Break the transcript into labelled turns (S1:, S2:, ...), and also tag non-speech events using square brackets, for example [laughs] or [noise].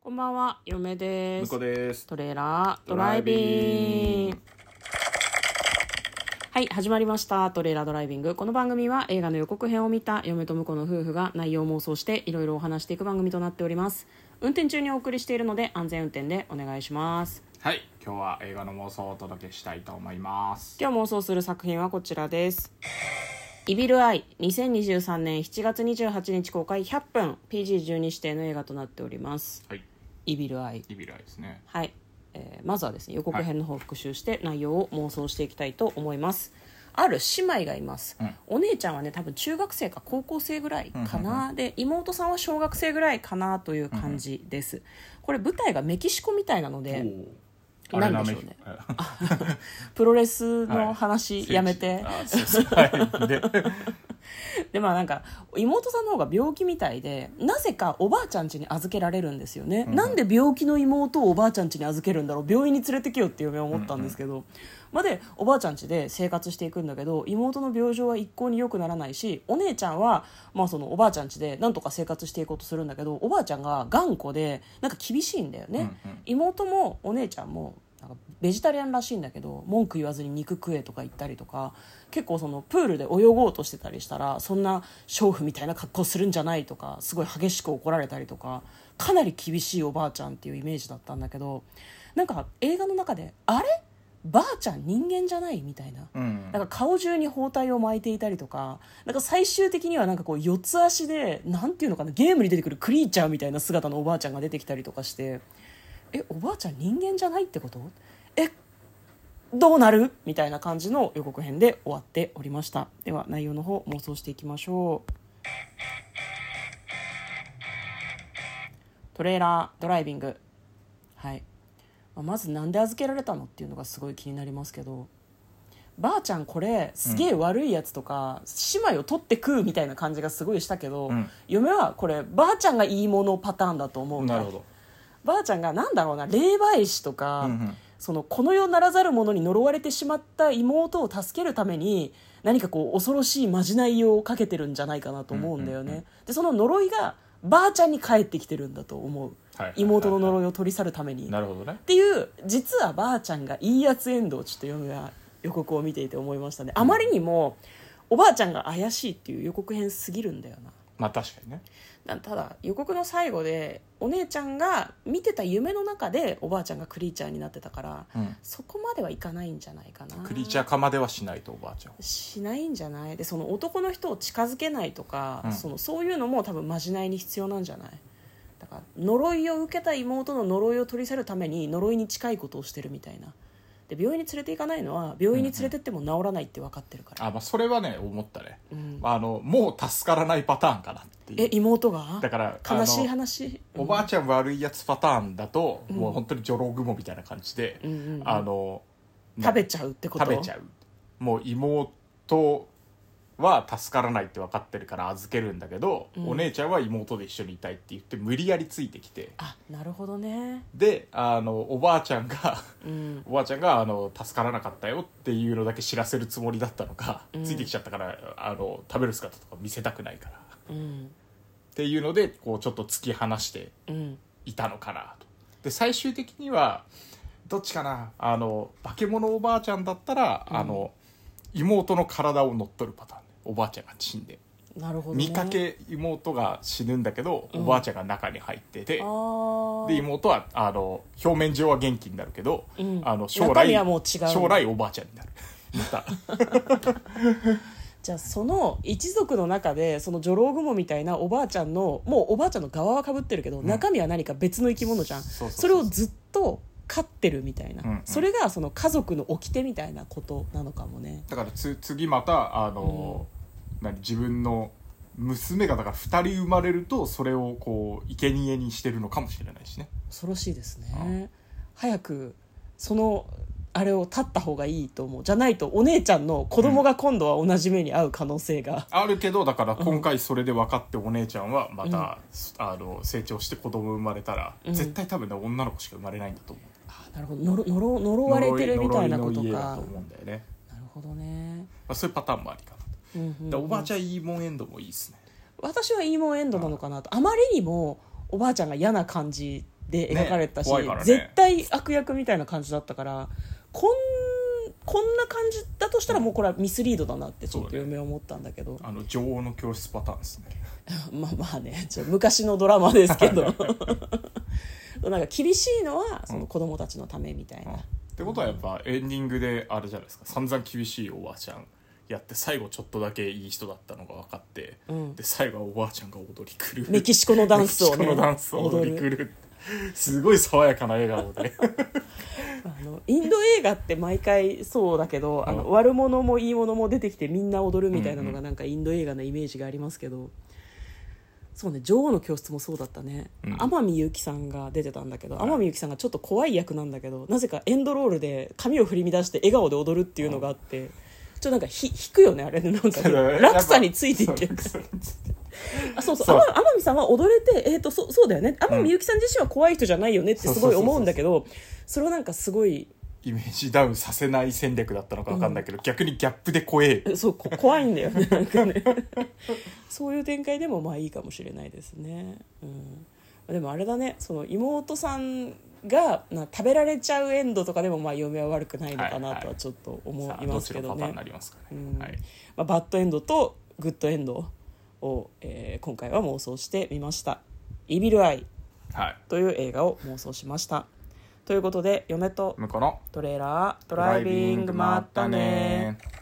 S1: こんばんは、嫁で
S2: 向
S1: す
S2: こ。です
S1: トレーラードライビング。はい、始まりました。トレーラードライビング。この番組は映画の予告編を見た嫁と婿の夫婦が内容妄想していろいろお話していく番組となっております。運転中にお送りしているので安全運転でお願いします。
S2: はい今日は映画の妄想をお届けしたいと思います
S1: 今日妄想する作品はこちらです。イビルアイ2023年7月28日公開100分 PG12 指定の映画となっております。
S2: はい
S1: イビルアイ
S2: イビライですね
S1: はい、えーまずはですね予告編の方を復習して内容を妄想していきたいと思います、ある姉妹がいます、
S2: うん
S1: お姉ちゃんはね多分中学生か高校生ぐらいかな、で妹さんは小学生ぐらいかなという感じです、これ舞台がメキシコみたいなので
S2: おーあれ
S1: なんでしょうねプロレスの話やめて、
S2: あそう [laughs] そうはいで
S1: [laughs] でまあなんか妹さんの方が病気みたいでなぜかおばあちゃん家に預けられるんですよね、なんで病気の妹をおばあちゃん家に預けるんだろう病院に連れてきようって嫁は思ったんですけど、まあでおばあちゃん家で生活していくんだけど妹の病状は一向に良くならないしお姉ちゃんは、まあ、そのおばあちゃん家でなんとか生活していこうとするんだけどおばあちゃんが頑固でなんか厳しいんだよね、
S2: うんうん
S1: 妹もお姉ちゃんもなんかベジタリアンらしいんだけど文句言わずに肉食えとか言ったりとか結構そのプールで泳ごうとしてたりしたらそんな娼婦みたいな格好するんじゃないとかすごい激しく怒られたりとかかなり厳しいおばあちゃんっていうイメージだったんだけどなんか映画の中であればあちゃん人間じゃないみたいな
S2: うん
S1: なんか顔中に包帯を巻いていたりとかなんか最終的にはなんかこう四つ足でなんていうのかなゲームに出てくるクリーチャーみたいな姿のおばあちゃんが出てきたりとかしてえおばあちゃん人間じゃないってことえどうなるみたいな感じの予告編で終わっておりましたでは内容の方妄想していきましょうトレーラードライビングはいまあまずなんで預けられたのっていうのがすごい気になりますけどばあちゃんこれすげえ悪いやつとか、姉妹を取って食うみたいな感じがすごいしたけど、
S2: うん
S1: 嫁はこればあちゃんがいいものパターンだと思う
S2: なるほど
S1: ばあちゃんがなんだろうな霊媒師とか、
S2: うんうん
S1: そのこの世ならざる者に呪われてしまった妹を助けるために何かこう恐ろしいまじないをかけてるんじゃないかなと思うんだよね、
S2: うんうん
S1: でその呪いがばあちゃんに返ってきてるんだと思う
S2: はい
S1: 妹の呪いを取り去るために
S2: なるほどね
S1: っていう実はばあちゃんがいいやつエンドをちょっと読むや予告を見ていて思いましたねあまりにもおばあちゃんが怪しいっていう予告編すぎるんだよな
S2: まあ確かにね
S1: なただ予告の最後でお姉ちゃんが見てた夢の中でおばあちゃんがクリーチャーになってたから
S2: うん
S1: そこまではいかないんじゃないかな
S2: クリーチャー化まではしないとおばあちゃんは
S1: しないんじゃないでその男の人を近づけないとか、
S2: うん
S1: そのそういうのも多分まじないに必要なんじゃないだから呪いを受けた妹の呪いを取り去るために呪いに近いことをしてるみたいなで病院に連れて行かないのは病院に連れてっても治らないって分かってるから、
S2: あまあそれはね思ったね
S1: うん
S2: あのもう助からないパターンかなってい
S1: え
S2: う
S1: 妹が
S2: だから
S1: 悲しい
S2: あの
S1: 話
S2: おばあちゃん悪いやつパターンだと、もう本当にジョログモみたいな感じで、
S1: うんうんうん
S2: あの
S1: 食べ
S2: ち
S1: ちゃうってこと
S2: 食べちゃうもう妹は助からないって分かってるから預けるんだけど、
S1: うん
S2: お姉ちゃんは妹で一緒にいたいって言って無理やりついてきて
S1: あなるほどね
S2: であのおばあちゃんが [laughs]
S1: うん
S2: おばあちゃんがあの助からなかったよっていうのだけ知らせるつもりだったのか、
S1: うん
S2: ついてきちゃったからあの食べる姿とか見せたくないからっ
S1: うん
S2: ていうのでこうちょっと突き放して
S1: うん
S2: いたのかなとで最終的にはどっちかなあの化け物おばあちゃんだったら、
S1: うん
S2: あの妹の体を乗っ取るパターンねおばあちゃんが死んで、
S1: なるほど、ね、
S2: 見かけ妹が死ぬんだけど、
S1: うん
S2: おばあちゃんが中に入ってて
S1: あー
S2: で妹はあの表面上は元気になるけど、
S1: うん
S2: あの将
S1: 中
S2: 来
S1: 身はもう違うんだ
S2: 将来おばあちゃんに
S1: [laughs]
S2: なるまた
S1: じゃあその一族の中でその女郎雲みたいなおばあちゃんのもうおばあちゃんの側はかぶってるけど、
S2: ん
S1: 中身は何か別の生き物じゃん
S2: そうそうそうそう
S1: れをずっと飼ってるみたいな、
S2: うんうん
S1: それがその家族の掟みたいなことなのかもね
S2: だからつ [laughs] 次またあの、何自分の娘がだから2人生まれるとそれをこう生贄にしてるのかもしれないしね
S1: 恐ろしいですね、
S2: うん
S1: 早くそのあれを立った方がいいと思うじゃないとお姉ちゃんの子供が今度は同じ目に遭う可能性が、
S2: あるけどだから今回それで分かってお姉ちゃんはまた、あの成長して子供生まれたら、
S1: うん
S2: 絶対多分ね女の子しか生まれないんだと思う
S1: あなるほど呪呪呪われてるみたいなこと
S2: 呪いの家だ
S1: か
S2: と思うんだよね、
S1: なるほどね、
S2: まあ、そういうパターンもありかな
S1: う
S2: と、
S1: んうんうん
S2: でおばあちゃんいいもんエンドもいいですね
S1: 私はいいもんエンドなのかなとあまりにもおばあちゃんが嫌な感じで描かれたし、
S2: ね怖いからね
S1: 絶対悪役みたいな感じだったからこんこんな感じだとしたらもうこれはミスリードだなってちょっと
S2: そうだね
S1: 嫁は思ったんだけど
S2: あの女王の教室パターンですね
S1: [laughs] まあまあねちょ昔のドラマですけどな
S2: [laughs]
S1: んか厳しいのはその子供たちのためみたいな、
S2: ってことはやっぱエンディングであれじゃないですか散々厳しいおばあちゃんやって最後ちょっとだけいい人だったのが分かって、
S1: うん
S2: で最後はおばあちゃんが踊り狂う
S1: メキシコのダンスをね
S2: メキシコのダンスを踊り狂うすごい爽やかな笑顔で
S1: あのインド映画って毎回そうだけど、あの悪者もいいものも出てきてみんな踊るみたいなの
S2: うんう
S1: がなんかインド映画のイメージがありますけどそうね女王の教室もそうだったね、
S2: うん
S1: 天海祐希さんが出てたんだけど天海祐希さんがちょっと怖い役なんだけどなぜかエンドロールで髪を振り乱して笑顔で踊るっていうのがあって、ちょっとなんかひ引くよねあれねなんかね落差についていって
S2: そう落差について
S1: あそうそう
S2: そう
S1: 天海さんは踊れて、えー、とそそうだよね天海祐希さん自身は怖い人じゃないよねってすごい思うんだけどそれをなんかすごい
S2: [laughs] イメージダウンさせない戦略だったのか分かんないけど、逆にギャップで怖え
S1: [laughs] そうこ怖いんだよねなんかね [laughs] そういう展開でもまあいいかもしれないですね、うん、でもあれだねその妹さんがな食べられちゃうエンドとかでもまあ嫁は悪くないのかなとはちょっと思
S2: さあ
S1: い
S2: ど
S1: ま
S2: っ
S1: す
S2: ち
S1: け
S2: の
S1: ど
S2: パ
S1: ね、
S2: ターンになりますかね、
S1: うん
S2: はい
S1: まあ、バッドエンドとグッドエンドを、えー今回は妄想してみました「イビル・アイ
S2: はい」
S1: という映画を妄想しましたということで嫁と
S2: 向こうの
S1: トレーラード
S2: ド
S1: ライビングまったね
S2: ライビングまったね